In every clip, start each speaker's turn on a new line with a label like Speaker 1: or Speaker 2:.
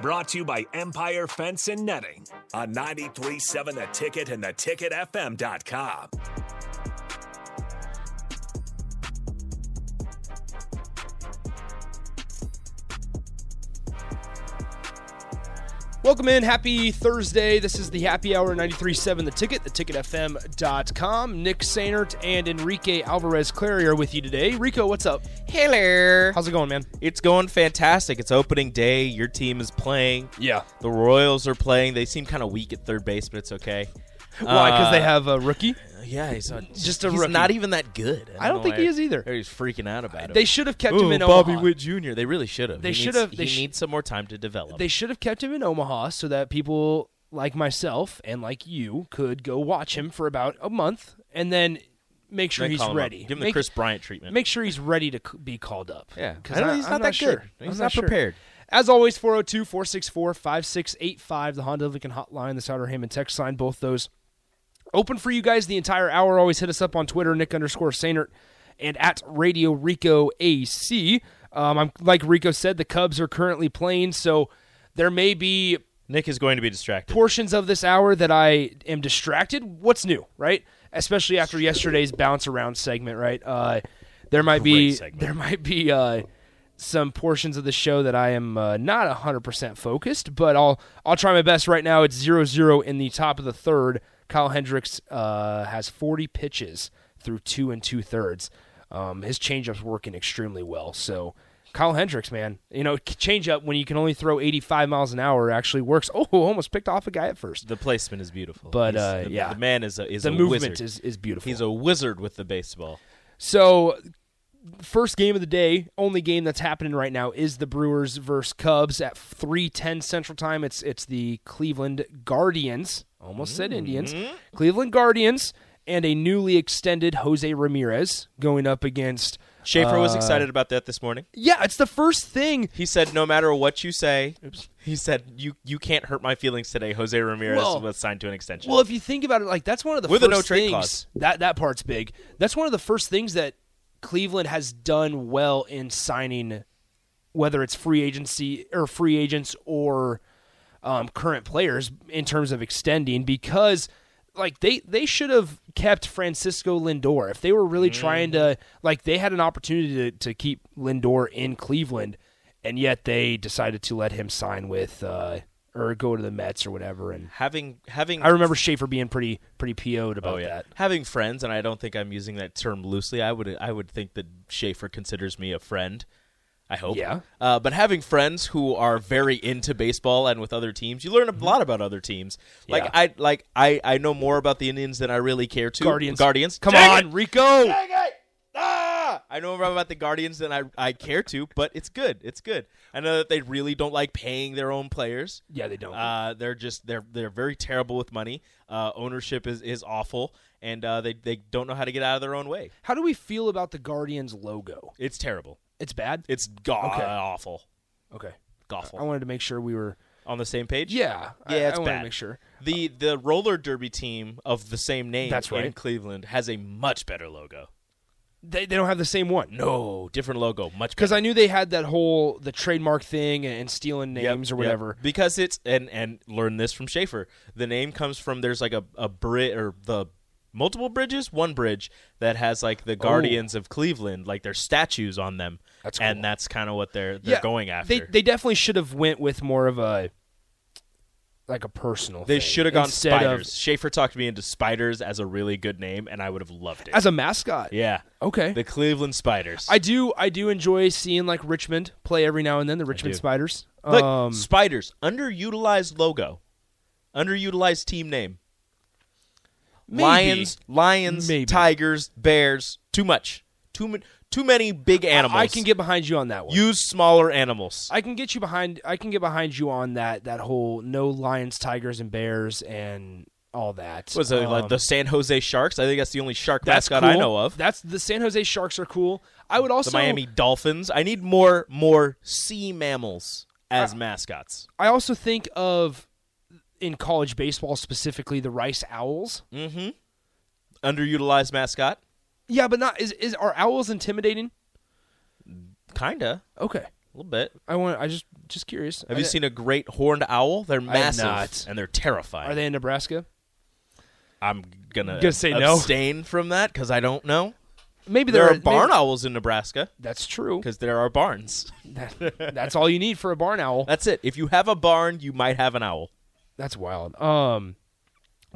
Speaker 1: Brought to you by Empire Fence and Netting on 937 The Ticket and theticketfm.com.
Speaker 2: Welcome in. Happy Thursday. This is the Happy Hour 93.7 The Ticket, theticketfm.com. Nick Sainert and Enrique Alvarez Clary are with you today. Rico, what's up?
Speaker 3: Hello.
Speaker 2: How's it going, man?
Speaker 3: It's going fantastic. It's opening day. Your team is playing.
Speaker 2: Yeah.
Speaker 3: The Royals are playing. They seem kind of weak at third base, but it's okay.
Speaker 2: Why? Because they
Speaker 3: Uh,
Speaker 2: have a rookie?
Speaker 3: Yeah, he's a,
Speaker 2: Just a
Speaker 3: he's
Speaker 2: rookie.
Speaker 3: not even that good.
Speaker 2: I don't
Speaker 3: know
Speaker 2: think
Speaker 3: why
Speaker 2: he is either.
Speaker 3: He's freaking out about it.
Speaker 2: They should have kept him in
Speaker 3: Bobby
Speaker 2: Omaha.
Speaker 3: Witt Jr. They really should have.
Speaker 2: They
Speaker 3: He needs-
Speaker 2: should have-
Speaker 3: He
Speaker 2: they sh-
Speaker 3: needs some more time to develop.
Speaker 2: They should have kept him in Omaha so that people like myself and like you could go watch him for about a month and then make sure
Speaker 3: Then
Speaker 2: he's
Speaker 3: call him up.
Speaker 2: ready.
Speaker 3: Give him
Speaker 2: Make-
Speaker 3: the Chris Bryant treatment.
Speaker 2: Make sure he's ready to c- be called up.
Speaker 3: Yeah.
Speaker 2: 'Cause
Speaker 3: I don't-
Speaker 2: I-
Speaker 3: he's
Speaker 2: I'm
Speaker 3: not that
Speaker 2: sure.
Speaker 3: good.
Speaker 2: I'm
Speaker 3: He's not prepared.
Speaker 2: As always, 402 464 5685, the Honda of Lincoln Hotline, the Sauter Hammond text line, both those open for you guys the entire hour. Always hit us up on Twitter, Nick underscore Sainert, and at Radio Rico AC. Um, I'm, like Rico said, the Cubs are currently playing, so there may be
Speaker 3: Nick is going to be distracted.
Speaker 2: portions of this hour that I am distracted. What's new, right? Especially after yesterday's bounce around segment, right? Uh, there might be
Speaker 3: Great segment.
Speaker 2: there might be uh, some portions of the show that I am uh, not hundred percent focused, but I'll I'll try my best. Right now, it's 0-0 in the top of the third. Kyle Hendricks uh, has forty pitches through two and two thirds. Um, his changeup's working extremely well, so. Kyle Hendricks, man, you know, changeup when you can only throw 85 miles an hour actually works. Oh, almost picked off a guy at first.
Speaker 3: The placement is beautiful.
Speaker 2: But,
Speaker 3: He's-
Speaker 2: uh,
Speaker 3: the,
Speaker 2: yeah.
Speaker 3: the man is a is
Speaker 2: the
Speaker 3: a
Speaker 2: movement
Speaker 3: wizard.
Speaker 2: is, is beautiful.
Speaker 3: He's a wizard with the baseball.
Speaker 2: so first game of the day, only game that's happening right now is the Brewers versus Cubs at 3:10 Central Time. It's it's the Cleveland Guardians, almost said Indians.
Speaker 3: Mm-hmm.
Speaker 2: Cleveland Guardians and a newly extended Jose Ramirez going up against
Speaker 3: Schaefer was
Speaker 2: uh,
Speaker 3: excited about that this morning.
Speaker 2: Yeah, it's the first thing
Speaker 3: He said, "No matter what you say, he said you you can't hurt my feelings today." Jose Ramirez
Speaker 2: Well-
Speaker 3: was signed to an extension.
Speaker 2: Well, if you think about it, like that's one of the
Speaker 3: With a
Speaker 2: first
Speaker 3: no-trade
Speaker 2: things
Speaker 3: clause.
Speaker 2: that that part's big. That's one of the first things that Cleveland has done well in signing, whether it's free agency or free agents or um, current players in terms of extending because. Like they, they should have kept Francisco Lindor if they were really trying to
Speaker 3: Mm-hmm.
Speaker 2: like they had an opportunity to, to keep Lindor in Cleveland, and yet they decided to let him sign with uh, or go to the Mets or whatever. And
Speaker 3: having having
Speaker 2: I remember Schaefer being pretty pretty PO'd about
Speaker 3: oh, yeah.
Speaker 2: that.
Speaker 3: having friends, and I don't think I'm using that term loosely. I would I would think that Schaefer considers me a friend. I hope.
Speaker 2: Yeah.
Speaker 3: Uh, but having friends who are very into baseball and with other teams, you learn a lot about other teams. Like
Speaker 2: Mm-hmm. Yeah.
Speaker 3: I like I I know more about the Indians than I really care to.
Speaker 2: Guardians.
Speaker 3: Guardians.
Speaker 2: Come
Speaker 3: Dang
Speaker 2: on,
Speaker 3: it!
Speaker 2: Rico.
Speaker 3: Dang it! Ah! I know more about the Guardians than I, I care to, but it's good. It's good. I know that they really don't like paying their own players.
Speaker 2: Yeah, they don't.
Speaker 3: Uh, they're just they're they're very terrible with money. Uh, ownership is, is awful, and uh, they they don't know how to get out of their own way.
Speaker 2: How do we feel about the Guardians logo?
Speaker 3: It's terrible.
Speaker 2: It's bad.
Speaker 3: It's god
Speaker 2: Okay.
Speaker 3: awful.
Speaker 2: Okay. I
Speaker 3: Awful.
Speaker 2: wanted to make sure we were.
Speaker 3: On the same page.
Speaker 2: Yeah. I-
Speaker 3: Yeah, it's
Speaker 2: I wanted
Speaker 3: bad.
Speaker 2: to make sure.
Speaker 3: The the roller derby team of the same name
Speaker 2: That's
Speaker 3: in
Speaker 2: right.
Speaker 3: Cleveland has a much better logo.
Speaker 2: They, they don't have the same one.
Speaker 3: No, different logo, much better.
Speaker 2: Because I knew they had that whole the trademark thing and stealing
Speaker 3: Yep,
Speaker 2: names or
Speaker 3: yep.
Speaker 2: whatever.
Speaker 3: Because it's and and learn this from Schaefer. The name comes from there's like a a bridge or the multiple bridges, one bridge that has like
Speaker 2: Oh.
Speaker 3: the Guardians of Cleveland, like their statues on them.
Speaker 2: That's cool.
Speaker 3: And that's kind of what they're they're
Speaker 2: Yeah,
Speaker 3: going after.
Speaker 2: They they definitely should have went with more of a like a personal.
Speaker 3: They
Speaker 2: thing
Speaker 3: should have gone
Speaker 2: instead of-
Speaker 3: spiders. Schaefer talked me into spiders as a really good name, and I would have loved it.
Speaker 2: as a mascot.
Speaker 3: yeah,
Speaker 2: Okay.
Speaker 3: the Cleveland Spiders.
Speaker 2: I do I do enjoy seeing like Richmond play every now and then the Richmond
Speaker 3: do.
Speaker 2: Spiders.
Speaker 3: Look,
Speaker 2: um,
Speaker 3: spiders, underutilized logo, underutilized team name.
Speaker 2: Maybe.
Speaker 3: Lions, lions,
Speaker 2: Maybe.
Speaker 3: tigers, bears. Too much. Too ma- too many big animals.
Speaker 2: I can get behind you on that one.
Speaker 3: use smaller animals.
Speaker 2: I can get you behind. I can get behind you on that. That whole no lions, tigers, and bears, and all that.
Speaker 3: Was it like
Speaker 2: Um,
Speaker 3: the San Jose Sharks? I think that's the only shark
Speaker 2: that's
Speaker 3: mascot
Speaker 2: cool.
Speaker 3: I know of.
Speaker 2: That's the San Jose Sharks are cool. I would also
Speaker 3: the Miami Dolphins. I need more more sea mammals as
Speaker 2: Uh,
Speaker 3: mascots.
Speaker 2: I also think of in college baseball specifically the Rice Owls.
Speaker 3: Mm. Underutilized mascot,
Speaker 2: Yeah, but not is is are owls intimidating?
Speaker 3: kinda
Speaker 2: Okay.
Speaker 3: a little bit.
Speaker 2: I want I just just curious.
Speaker 3: Have
Speaker 2: Are
Speaker 3: you
Speaker 2: they-
Speaker 3: seen a great horned owl? They're massive
Speaker 2: not.
Speaker 3: and they're terrifying.
Speaker 2: Are they in Nebraska?
Speaker 3: I'm gonna,
Speaker 2: Gonna say no.
Speaker 3: abstain from that because I don't know.
Speaker 2: Maybe
Speaker 3: There
Speaker 2: they're-
Speaker 3: are barn
Speaker 2: maybe-
Speaker 3: owls in Nebraska
Speaker 2: That's true.
Speaker 3: because there are barns.
Speaker 2: That's all you need for a barn owl.
Speaker 3: That's it. If you have a barn, you might have an owl.
Speaker 2: That's wild. Um,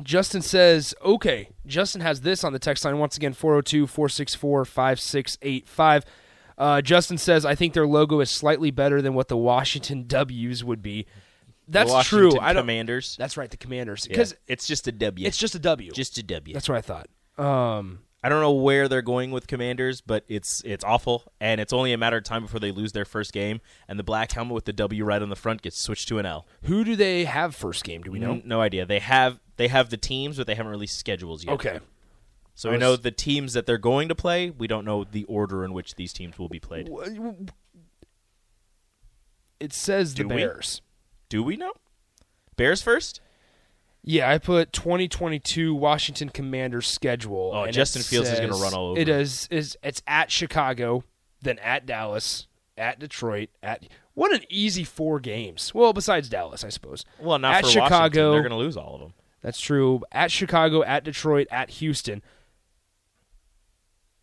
Speaker 2: Justin says, okay, Justin has this on the text line once again 402 464 5685. Uh, Justin says, I think their logo is slightly better than what the Washington W's would be. That's
Speaker 3: The Washington
Speaker 2: true. I don't,
Speaker 3: Commanders.
Speaker 2: that's right, the Commanders.
Speaker 3: because
Speaker 2: Because
Speaker 3: it's just a W.
Speaker 2: it's just a W.
Speaker 3: just a W.
Speaker 2: that's what I thought. Um,
Speaker 3: I don't know where they're going with Commanders, but it's it's awful, and it's only a matter of time before they lose their first game. And the black helmet with the W right on the front gets switched to an L.
Speaker 2: who do they have first game? Do we know?
Speaker 3: No, no idea. They have they have the teams, but they haven't released schedules yet.
Speaker 2: Okay.
Speaker 3: so we know the teams that they're going to play. We don't know the order in which these teams will be played.
Speaker 2: It says
Speaker 3: Do
Speaker 2: the
Speaker 3: we?
Speaker 2: Bears.
Speaker 3: Do we know? Bears first.
Speaker 2: Yeah, I put 2022 Washington Commanders schedule.
Speaker 3: Oh,
Speaker 2: and it
Speaker 3: Justin Fields is gonna
Speaker 2: says-
Speaker 3: run all over.
Speaker 2: It is is it's at Chicago, then at Dallas, at Detroit, at what an easy four games. Well, besides Dallas, I suppose.
Speaker 3: Well, not
Speaker 2: at
Speaker 3: for
Speaker 2: Chicago.
Speaker 3: Washington. They're going to lose all of them.
Speaker 2: That's true. At Chicago, at Detroit, at Houston.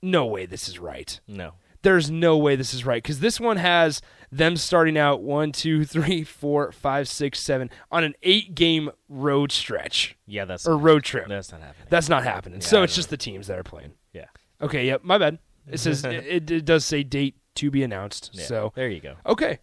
Speaker 2: No way this is right.
Speaker 3: No.
Speaker 2: There's no way this is right because this one has them starting out one, two, three, four, five, six, seven on an eight-game road stretch
Speaker 3: Yeah, that's
Speaker 2: or road trip.
Speaker 3: that's not happening.
Speaker 2: That's not happening. so it's just the teams that are playing.
Speaker 3: yeah.
Speaker 2: Okay, yep, my bad. It says it, it, it does say date to be announced.
Speaker 3: Yeah.
Speaker 2: So
Speaker 3: there you go.
Speaker 2: okay,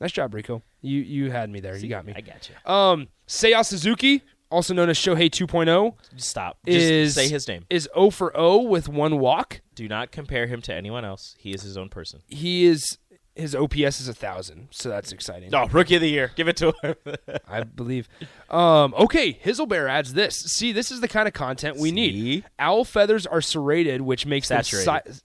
Speaker 2: nice job, Rico. You you had me there. you got me.
Speaker 3: I got you.
Speaker 2: Um, Seiya Suzuki, also known as Shohei 2.0,
Speaker 3: Stop. Just
Speaker 2: is
Speaker 3: say his name.
Speaker 2: Is 0 for 0 with one walk.
Speaker 3: Do not compare him to anyone else. He is his own person.
Speaker 2: He is his OPS is a thousand, so that's exciting.
Speaker 3: No, Oh, rookie of the year. Give it to him.
Speaker 2: I believe. Um, okay, Hizzlebear adds this. See, this is the kind of content we
Speaker 3: See?
Speaker 2: need. Owl feathers are serrated, which makes them
Speaker 3: Saturated.
Speaker 2: si-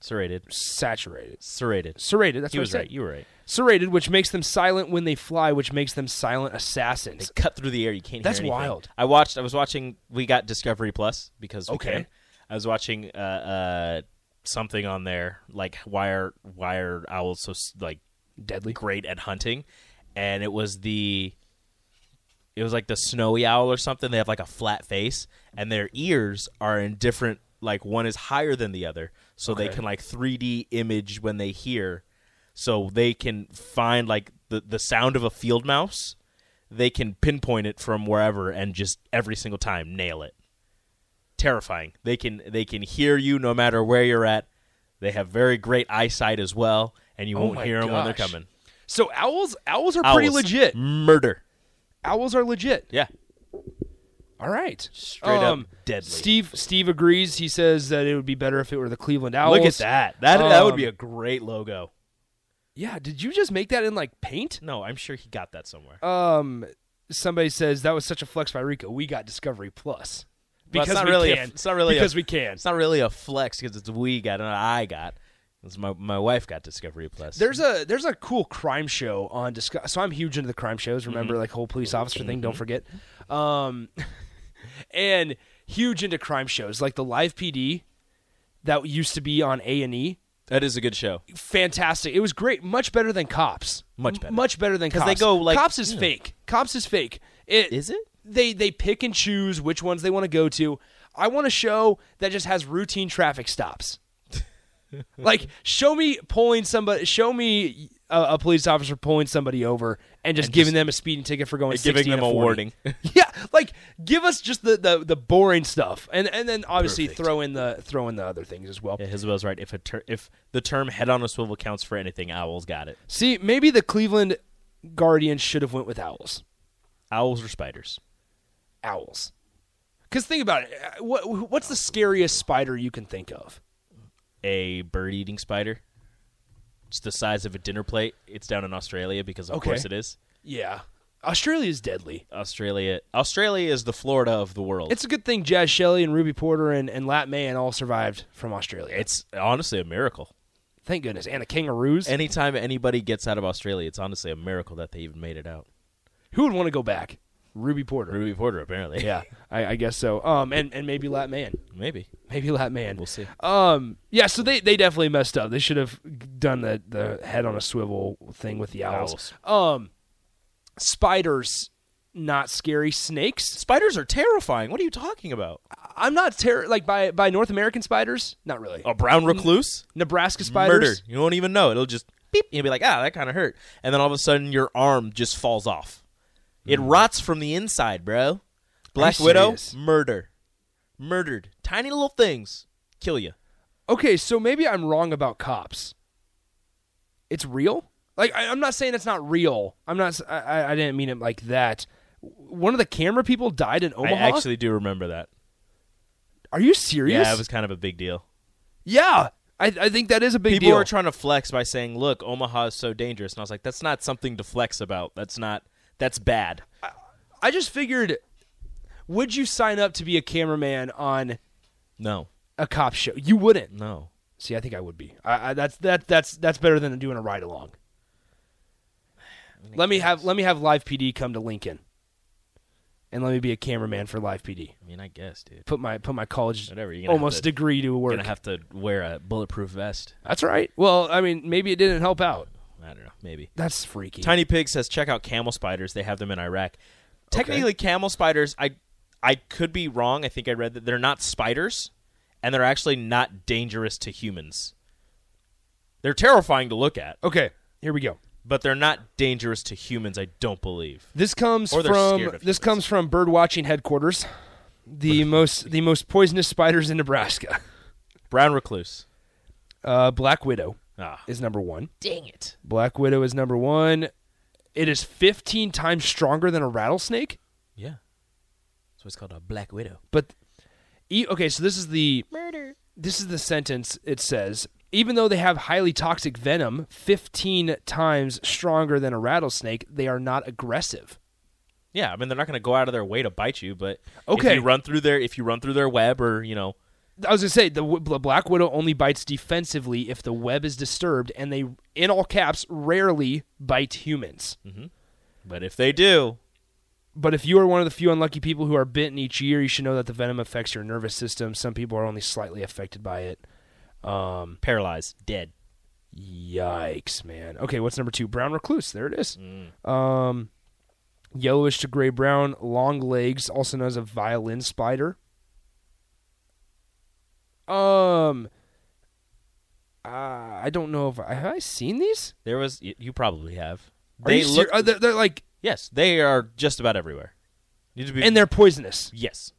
Speaker 3: Serrated.
Speaker 2: saturated.
Speaker 3: Serrated.
Speaker 2: Serrated. That's
Speaker 3: He
Speaker 2: what
Speaker 3: was
Speaker 2: I said.
Speaker 3: right. You were right.
Speaker 2: Serrated, which makes them silent when they fly, which makes them silent
Speaker 3: They
Speaker 2: assassins.
Speaker 3: cut through the air. You can't.
Speaker 2: That's
Speaker 3: hear anything.
Speaker 2: wild.
Speaker 3: I watched. I was watching. We got Discovery Plus because we
Speaker 2: Okay.
Speaker 3: can. I was watching uh, uh, something on there like why are why are owls so s- like
Speaker 2: Deadly.
Speaker 3: great at hunting, and it was the it was like the snowy owl or something. They have like a flat face, and their ears are in different. Like one is higher than the other, so they can like 3D image when they hear. So they can find like the the sound of a field mouse. They can pinpoint it from wherever and just every single time nail it. Terrifying. They can they can hear you no matter where you're at. They have very great eyesight as well, and you won't
Speaker 2: Oh my
Speaker 3: hear them when they're
Speaker 2: gosh.
Speaker 3: coming.
Speaker 2: So owls, owls are pretty
Speaker 3: Owls.
Speaker 2: legit.
Speaker 3: Murder.
Speaker 2: Owls are legit.
Speaker 3: Yeah.
Speaker 2: All right.
Speaker 3: Straight up deadly.
Speaker 2: Um, Steve Steve agrees. He says that it would be better if it were the Cleveland Owls.
Speaker 3: Look at that. That that would
Speaker 2: Um,
Speaker 3: be a great logo.
Speaker 2: Yeah. Did you just make that in like paint?
Speaker 3: No, I'm sure he got that somewhere.
Speaker 2: Um. Somebody says that was such a flex by Rico. We got Discovery Plus
Speaker 3: Well, it's
Speaker 2: because
Speaker 3: not
Speaker 2: we
Speaker 3: really a-
Speaker 2: can.
Speaker 3: it's not really a-
Speaker 2: because we can.
Speaker 3: it's not really a flex because it's we got and I got. It's my my wife got Discovery Plus.
Speaker 2: There's a there's a cool crime show on Disco- so I'm huge into the crime
Speaker 3: Mm-hmm.
Speaker 2: shows. Remember, like whole police officer thing. Don't forget, um, and huge into crime shows like the Live PD that used to be on A and E.
Speaker 3: that is a good show.
Speaker 2: Fantastic! It was great, much better than Cops.
Speaker 3: Much
Speaker 2: M-
Speaker 3: better.
Speaker 2: much better than
Speaker 3: 'Cause
Speaker 2: Cops.
Speaker 3: they go, like-
Speaker 2: Cops is
Speaker 3: yeah.
Speaker 2: fake. Cops is fake. It
Speaker 3: Is it?
Speaker 2: They they pick and choose which ones they want to go to. I want a show that just has routine traffic stops. Like, show me pulling somebody. Show me a, a police officer pulling somebody over and just giving them a speeding ticket for going 60
Speaker 3: Giving them
Speaker 2: and
Speaker 3: a
Speaker 2: 40.
Speaker 3: warning.
Speaker 2: yeah, like give us just the, the, the boring stuff, and and then obviously
Speaker 3: Perfect.
Speaker 2: throw in the throw in the other things as well.
Speaker 3: yeah, Isabel's right. If a ter- if the term head on a swivel counts for anything, owls got it.
Speaker 2: See, maybe the Cleveland Guardians should have went with owls.
Speaker 3: Owls or spiders?
Speaker 2: Owls. Because think about it. uh, What what's the scariest spider you can think of?
Speaker 3: A bird eating spider. It's the size of a dinner plate. It's down in Australia because of
Speaker 2: Okay.
Speaker 3: course it is.
Speaker 2: Yeah. Australia is deadly.
Speaker 3: Australia. Australia is the Florida of the world.
Speaker 2: It's a good thing Jazz Shelley and Ruby Porter and, and Lat Mayan all survived from Australia.
Speaker 3: it's honestly a miracle.
Speaker 2: Thank goodness. And the Kangaroos.
Speaker 3: Anytime anybody gets out of Australia, it's honestly a miracle that they even made it out.
Speaker 2: Who would want to go back? Ruby Porter.
Speaker 3: Ruby Porter, apparently.
Speaker 2: Yeah, I, I guess so. Um, and, and maybe Lat Mayan.
Speaker 3: Maybe.
Speaker 2: Maybe Lat Mayan.
Speaker 3: We'll see.
Speaker 2: Um, yeah, so they, they definitely messed up. They should have done the, the head on a swivel thing with the owls. Um, spiders, not scary. Snakes,
Speaker 3: Spiders are terrifying. What are you talking about?
Speaker 2: I'm not terror like by by North American spiders. Not really.
Speaker 3: A brown recluse?
Speaker 2: Nebraska spiders.
Speaker 3: Oh. Murder. You won't even know. It'll just beep. You'll be like, ah, that kind of hurt. And then all of a sudden, your arm just falls off. It rots from the inside, bro. Black
Speaker 2: Hmm. you
Speaker 3: Widow,
Speaker 2: serious?
Speaker 3: murder. Murdered. Tiny little things kill you.
Speaker 2: Okay, so maybe I'm wrong about cops. It's real. Like I, I'm not saying it's not real. I'm not. s- I- I, I didn't mean it like that. One of the camera people died in Omaha.
Speaker 3: I actually do remember that.
Speaker 2: Are you serious?
Speaker 3: Yeah, it was kind of a big deal.
Speaker 2: Yeah, I, I think that is a big
Speaker 3: People
Speaker 2: deal.
Speaker 3: were trying to flex by saying, "Look, Omaha is so dangerous," and I was like, "That's not something to flex about. That's not. That's bad."
Speaker 2: I just figured, would you sign up to be a cameraman on
Speaker 3: No,
Speaker 2: a cop show? You wouldn't.
Speaker 3: no.
Speaker 2: See, I think I would be. I, I, that's that that's that's better than doing a ride along. Let me have let me have live PD come to Lincoln, and let me be a cameraman for live PD.
Speaker 3: I mean, I guess, dude.
Speaker 2: Put my put my college
Speaker 3: Whatever, you're gonna have
Speaker 2: almost
Speaker 3: to-
Speaker 2: degree to
Speaker 3: We're
Speaker 2: work.
Speaker 3: gonna have to wear a bulletproof vest.
Speaker 2: that's right. Well, I mean, maybe it didn't help out.
Speaker 3: I don't know, maybe.
Speaker 2: That's freaky.
Speaker 3: Tiny Pig says, "Check out camel spiders. They have them in Iraq." Technically, camel spiders. I, I could be wrong. I think I read that they're not spiders, and they're actually not dangerous to humans. They're terrifying to look at,
Speaker 2: Okay, here we go.
Speaker 3: but they're not dangerous to humans. I don't believe.
Speaker 2: This comes
Speaker 3: Or they're scared
Speaker 2: from
Speaker 3: of
Speaker 2: this
Speaker 3: humans.
Speaker 2: comes from bird watching headquarters. The most the most poisonous spiders in Nebraska.
Speaker 3: Brown recluse.
Speaker 2: Uh, Black Widow
Speaker 3: Ah,
Speaker 2: is number one. Dang it! Black Widow is number one. It is 15 times stronger than a rattlesnake.
Speaker 3: yeah. So it's called a black widow.
Speaker 2: But e- okay, so this is the murder. This is the sentence. It says, even though they have highly toxic venom, 15 times stronger than a rattlesnake, they are not aggressive.
Speaker 3: Yeah, I mean they're not going to go out of their way to bite you, but
Speaker 2: Okay.
Speaker 3: if you run through their if you run through their web or you know
Speaker 2: I was gonna say the, w- the Black Widow only bites defensively if the web is disturbed, and they, in all caps, rarely bite humans.
Speaker 3: But if they do,
Speaker 2: But if you are one of the few unlucky people who are bitten each year, you should know that the venom affects your nervous system. Some people are only slightly affected by it. Um,
Speaker 3: paralyzed, dead.
Speaker 2: yikes, man. Okay, what's number two? Brown recluse. There it is.
Speaker 3: Mm.
Speaker 2: Um, yellowish to gray brown, long legs, also known as a violin spider. Um, uh, I don't know if have I seen these.
Speaker 3: There was y- you probably have.
Speaker 2: Are
Speaker 3: they
Speaker 2: you
Speaker 3: look
Speaker 2: ser- uh, they're, they're like,
Speaker 3: yes, they are just about everywhere. You need to be-
Speaker 2: and they're poisonous.
Speaker 3: yes,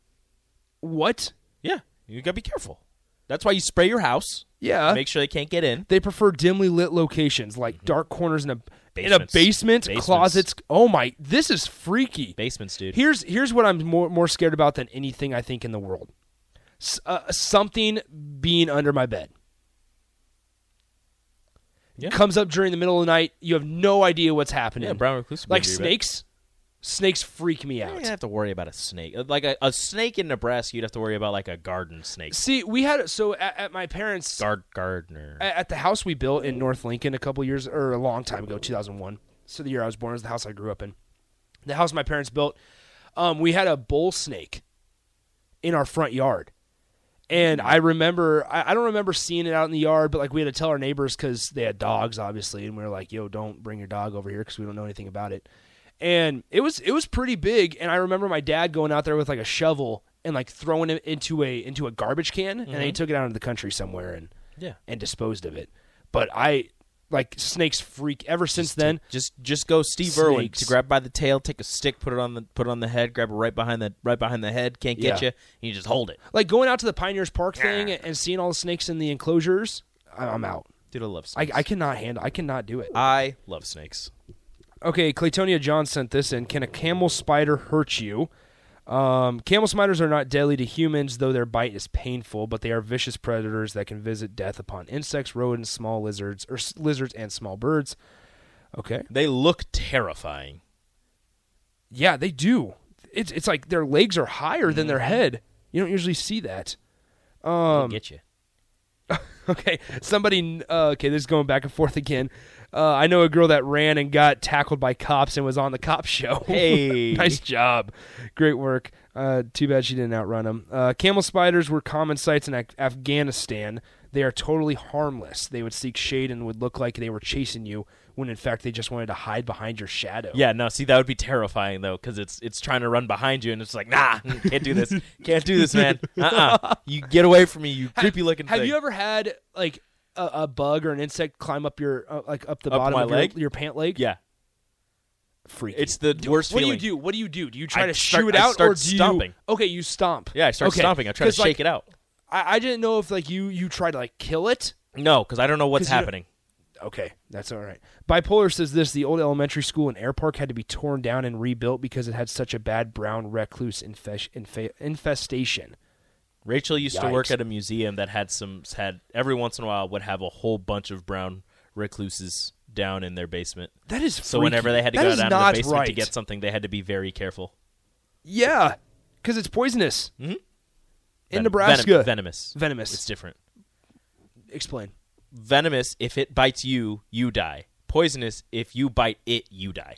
Speaker 2: What?
Speaker 3: yeah. You gotta be careful. That's why you spray your house.
Speaker 2: Yeah.
Speaker 3: Make sure they can't get in.
Speaker 2: They prefer dimly lit locations like dark corners in a in a
Speaker 3: Mm-hmm. Basements.
Speaker 2: basement,
Speaker 3: Basements.
Speaker 2: closets. Oh my, this is freaky.
Speaker 3: Basements, dude.
Speaker 2: Here's here's what I'm more more scared about than anything I think in the world. S- uh, something being under my bed.
Speaker 3: Yeah.
Speaker 2: Comes up during the middle of the night. You have no idea what's happening.
Speaker 3: Yeah, brown recluse. would be
Speaker 2: like
Speaker 3: under your bed.
Speaker 2: snakes. Snakes freak me
Speaker 3: You
Speaker 2: out.
Speaker 3: don't have to worry about a snake. Uh, Like a, a snake in Nebraska, you'd have to worry about like a garden snake.
Speaker 2: See, we had so at, at my parents'
Speaker 3: Guard gardener.
Speaker 2: at at the house we built in North Lincoln a couple years or a long time ago, 2001. So the year I was born is the house I grew up in. The house my parents built, um, we had a bull snake in our front yard. And
Speaker 3: Mm.
Speaker 2: I remember, I, I don't remember seeing it out in the yard, but like we had to tell our neighbors because they had dogs, obviously, and we were like, "Yo, don't bring your dog over here because we don't know anything about it." And it was it was pretty big, and I remember my dad going out there with like a shovel and like throwing it into a into a garbage can, and they took it out into the country somewhere and
Speaker 3: Mm-hmm. Yeah.
Speaker 2: and disposed of it. But I like snakes freak ever since then.
Speaker 3: Just just go Steve Irwin
Speaker 2: Snakes.
Speaker 3: to grab by the tail, take a stick, put it on the put it on the head, grab it right behind the right behind the head, can't get
Speaker 2: Yeah.
Speaker 3: you, and you just hold it.
Speaker 2: Like going out to the Pioneers Park thing and seeing all the snakes in the enclosures, I- I'm out.
Speaker 3: Dude, I love
Speaker 2: I,
Speaker 3: snakes.
Speaker 2: I cannot handle. I cannot do it.
Speaker 3: I love snakes.
Speaker 2: Okay, Claytonia John sent this in. Can a camel spider hurt you? Um, camel spiders are not deadly to humans, though their bite is painful, but they are vicious predators that can visit death upon insects, rodents, small lizards, or s- lizards and small birds. Okay.
Speaker 3: They look terrifying.
Speaker 2: Yeah, they do. It's it's like their legs are higher than their head. You don't usually see that. Um,
Speaker 3: get you.
Speaker 2: Okay, somebody. Uh, okay, this is going back and forth again. Uh, I know a girl that ran and got tackled by cops and was on the cop show.
Speaker 3: Hey.
Speaker 2: nice job, great work. Uh, too bad she didn't outrun them. Uh, camel spiders were common sights in Af- Afghanistan. They are totally harmless. They would seek shade and would look like they were chasing you, when in fact they just wanted to hide behind your shadow.
Speaker 3: Yeah, no, see that would be terrifying though, because it's it's trying to run behind you, and it's like, nah, can't do this, can't do this, man. Uh, uh you get away from me, you creepy looking.
Speaker 2: Have
Speaker 3: thing.
Speaker 2: you ever had like a, a bug or an insect climb up your uh, like up the
Speaker 3: Up
Speaker 2: bottom
Speaker 3: my
Speaker 2: of your,
Speaker 3: leg?
Speaker 2: your pant leg?
Speaker 3: Yeah,
Speaker 2: freaky.
Speaker 3: it's the worst
Speaker 2: what
Speaker 3: feeling.
Speaker 2: do you do? What do you do? Do you try
Speaker 3: I
Speaker 2: to
Speaker 3: start-
Speaker 2: shoo it
Speaker 3: I
Speaker 2: out,
Speaker 3: start
Speaker 2: or do
Speaker 3: stomping.
Speaker 2: you? Okay, you stomp.
Speaker 3: Yeah, I start
Speaker 2: Okay.
Speaker 3: stomping. I try to
Speaker 2: 'Cause,
Speaker 3: shake
Speaker 2: like,
Speaker 3: it out.
Speaker 2: I, I didn't know if like you you try to like kill it.
Speaker 3: No, because I don't know what's
Speaker 2: 'Cause you don't-
Speaker 3: happening.
Speaker 2: Okay, that's all right. Bipolar says this: the old elementary school in Air Park had to be torn down and rebuilt because it had such a bad brown recluse infest, infa- infestation.
Speaker 3: Rachel used to work
Speaker 2: Yikes.
Speaker 3: at a museum that had some had every once in a while would have a whole bunch of brown recluses down in their basement.
Speaker 2: That is
Speaker 3: So whenever
Speaker 2: freaky.
Speaker 3: they had to
Speaker 2: That
Speaker 3: go
Speaker 2: is
Speaker 3: down to
Speaker 2: not
Speaker 3: the basement to
Speaker 2: right.
Speaker 3: get something, they had to be very careful.
Speaker 2: yeah, because it's poisonous in
Speaker 3: Mm-hmm. Venom-
Speaker 2: Nebraska.
Speaker 3: venom- venomous.
Speaker 2: Venomous.
Speaker 3: It's different.
Speaker 2: Explain.
Speaker 3: Venomous. If it bites you, you die. Poisonous. If you bite it, you die.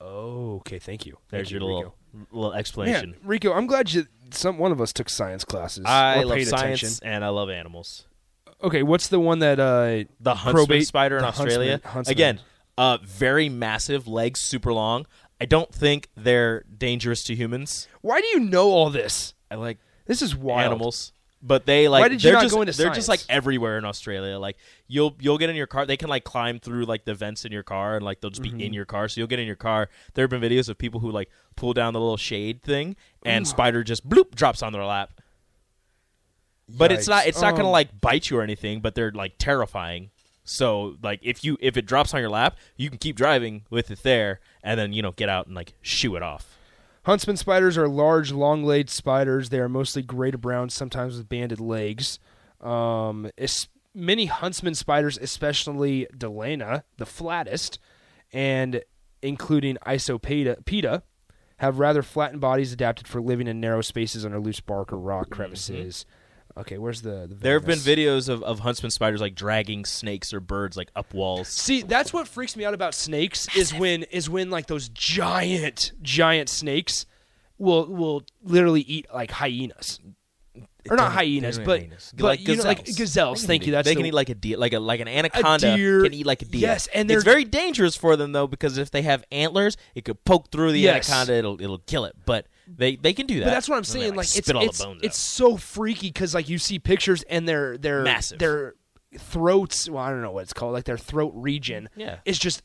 Speaker 2: Oh, okay. Thank you.
Speaker 3: There's
Speaker 2: Thank
Speaker 3: your
Speaker 2: you,
Speaker 3: little little
Speaker 2: Rico.
Speaker 3: explanation.
Speaker 2: Man, Rico, I'm glad you. Some one of us took science classes.
Speaker 3: I
Speaker 2: or
Speaker 3: love
Speaker 2: paid
Speaker 3: science
Speaker 2: attention.
Speaker 3: and I love animals.
Speaker 2: Okay, what's the one that uh
Speaker 3: The huntsman
Speaker 2: probate-
Speaker 3: spider in
Speaker 2: the huntsman-
Speaker 3: Australia.
Speaker 2: huntsman.
Speaker 3: Again, uh, very massive legs, super long. I don't think they're dangerous to humans.
Speaker 2: Why do you know all this?
Speaker 3: I like
Speaker 2: This is wild.
Speaker 3: animals. But they like
Speaker 2: Why did you
Speaker 3: they're
Speaker 2: not
Speaker 3: just
Speaker 2: go into
Speaker 3: they're just like
Speaker 2: science?
Speaker 3: everywhere in Australia. Like you'll you'll get in your car. They can like climb through like the vents in your car and like they'll just
Speaker 2: Mm-hmm.
Speaker 3: be in your car. So you'll get in your car. There have been videos of people who like pull down the little shade thing
Speaker 2: Mm.
Speaker 3: and spider just bloop drops on their lap. But it's not
Speaker 2: Yikes.
Speaker 3: it's not gonna
Speaker 2: Um,
Speaker 3: like bite you or anything, but they're like terrifying. So like if you if it drops on your lap, you can keep driving with it there and then, you know, get out and like shoo it off.
Speaker 2: Huntsman spiders are large, long-legged spiders. They are mostly gray to brown, sometimes with banded legs. Um, es- many huntsman spiders, especially Delana, the flattest, and including Isopeta, peta, have rather flattened bodies adapted for living in narrow spaces under loose bark or rock crevices. Okay, where's the, the
Speaker 3: Mm-hmm. There have been
Speaker 2: venomous?
Speaker 3: videos of, of huntsman spiders like dragging snakes or birds like up walls.
Speaker 2: See, that's what freaks me out about snakes is when is when like those giant giant snakes will will literally eat like hyenas. Or not hyenas,
Speaker 3: They're
Speaker 2: but,
Speaker 3: hyenas.
Speaker 2: but you know, like gazelles.
Speaker 3: They can
Speaker 2: Thank
Speaker 3: eat-
Speaker 2: you. That's
Speaker 3: they
Speaker 2: the,
Speaker 3: can eat like a deer, like a like an anaconda
Speaker 2: deer.
Speaker 3: can eat like a deer.
Speaker 2: Yes, and
Speaker 3: it's
Speaker 2: they're-
Speaker 3: very dangerous for them though because if they have antlers, it could poke through the
Speaker 2: Yes.
Speaker 3: anaconda. It'll it'll kill it. But they they can do that.
Speaker 2: But that's what I'm
Speaker 3: And they,
Speaker 2: saying. Like,
Speaker 3: spit
Speaker 2: it's
Speaker 3: all
Speaker 2: it's,
Speaker 3: the bones
Speaker 2: it's so freaky because like you see pictures and their their
Speaker 3: Massive.
Speaker 2: their throats. Well, I don't know what it's called. Like their throat region.
Speaker 3: Yeah.
Speaker 2: is just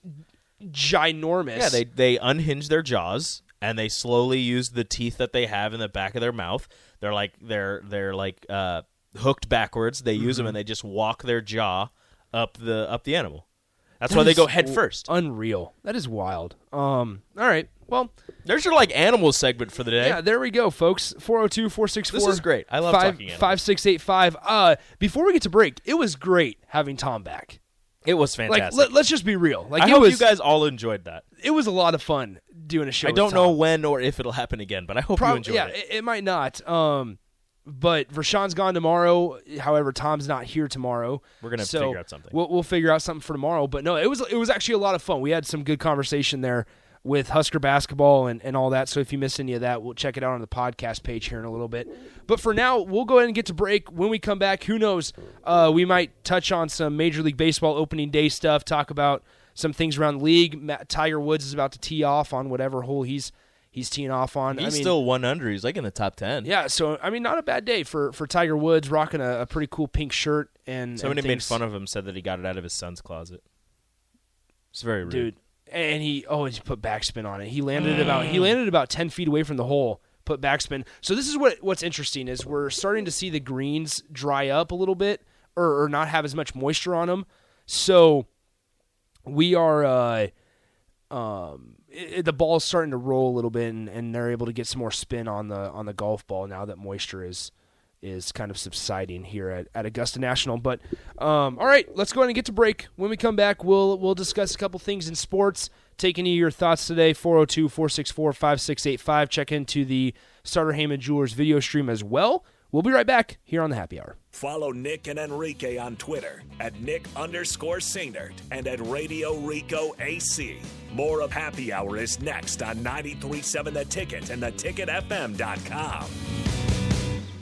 Speaker 2: ginormous.
Speaker 3: out. Yeah, they they unhinge their jaws and they slowly use the teeth that they have in the back of their mouth. They're like they're they're like uh, hooked backwards. They use
Speaker 2: Mm-hmm.
Speaker 3: them and they just walk their jaw up the up the animal. That's why
Speaker 2: That
Speaker 3: they
Speaker 2: is
Speaker 3: go head
Speaker 2: w- um,
Speaker 3: first.
Speaker 2: Unreal. That is wild. Um. All right. Well,
Speaker 3: There's your like animal segment for the day.
Speaker 2: Yeah, there we go, folks. 402 464.
Speaker 3: This is great. I love talking animals.
Speaker 2: 5685. Uh, before we get to break, it was great having Tom back.
Speaker 3: It was
Speaker 2: Like,
Speaker 3: fantastic.
Speaker 2: let, us just be real. Like,
Speaker 3: I
Speaker 2: it
Speaker 3: hope
Speaker 2: was
Speaker 3: you guys all enjoyed that.
Speaker 2: it was a lot of fun doing a show.
Speaker 3: I
Speaker 2: with
Speaker 3: don't
Speaker 2: Tom.
Speaker 3: know when or if it'll happen again, but I hope you
Speaker 2: Prob-
Speaker 3: enjoyed
Speaker 2: yeah,
Speaker 3: it.
Speaker 2: it, might not. Um, but Rashawn's gone tomorrow. However, Tom's not here tomorrow.
Speaker 3: We're gonna have to
Speaker 2: So
Speaker 3: figure out something.
Speaker 2: We'll, we'll figure out something for tomorrow. But no, it was it was actually a lot of fun. We had some good conversation there with Husker basketball and, and all that. So if you missed any of that, we'll check it out on the podcast page here in a little bit. But for now, we'll go ahead and get to break. When we come back, who knows? Uh, we might touch on some Major League Baseball opening day stuff. Talk about some things around the league. Matt, Tiger Woods is about to tee off on whatever hole he's. He's teeing off on. I
Speaker 3: He's
Speaker 2: mean-
Speaker 3: still one under. He's like in the top ten.
Speaker 2: yeah, so I mean, not a bad day for for Tiger Woods rocking a, a pretty cool pink shirt and
Speaker 3: Somebody
Speaker 2: and
Speaker 3: made
Speaker 2: things.
Speaker 3: fun of him, said that he got it out of his son's closet. It's very rude.
Speaker 2: dude, and he oh he put backspin on it. He landed about he landed about ten feet away from the hole, put backspin. So this is what what's interesting is we're starting to see the greens dry up a little bit or, or not have as much moisture on them. So we are uh, um, it, the ball's starting to roll a little bit, and, and they're able to get some more spin on the on the golf ball now that moisture is is kind of subsiding here at, at Augusta National. But um, all right, let's go ahead and get to break. When we come back, we'll we'll discuss a couple things in sports. Take any of your thoughts today, 402 464 5685. Check into the Starter Heyman Jewelers video stream as well. We'll be right back here on the happy hour.
Speaker 1: Follow Nick and Enrique on Twitter at Nick underscore Sainert and at Radio Rico AC. More of Happy Hour is next on 937 The Ticket and theticketfm.com.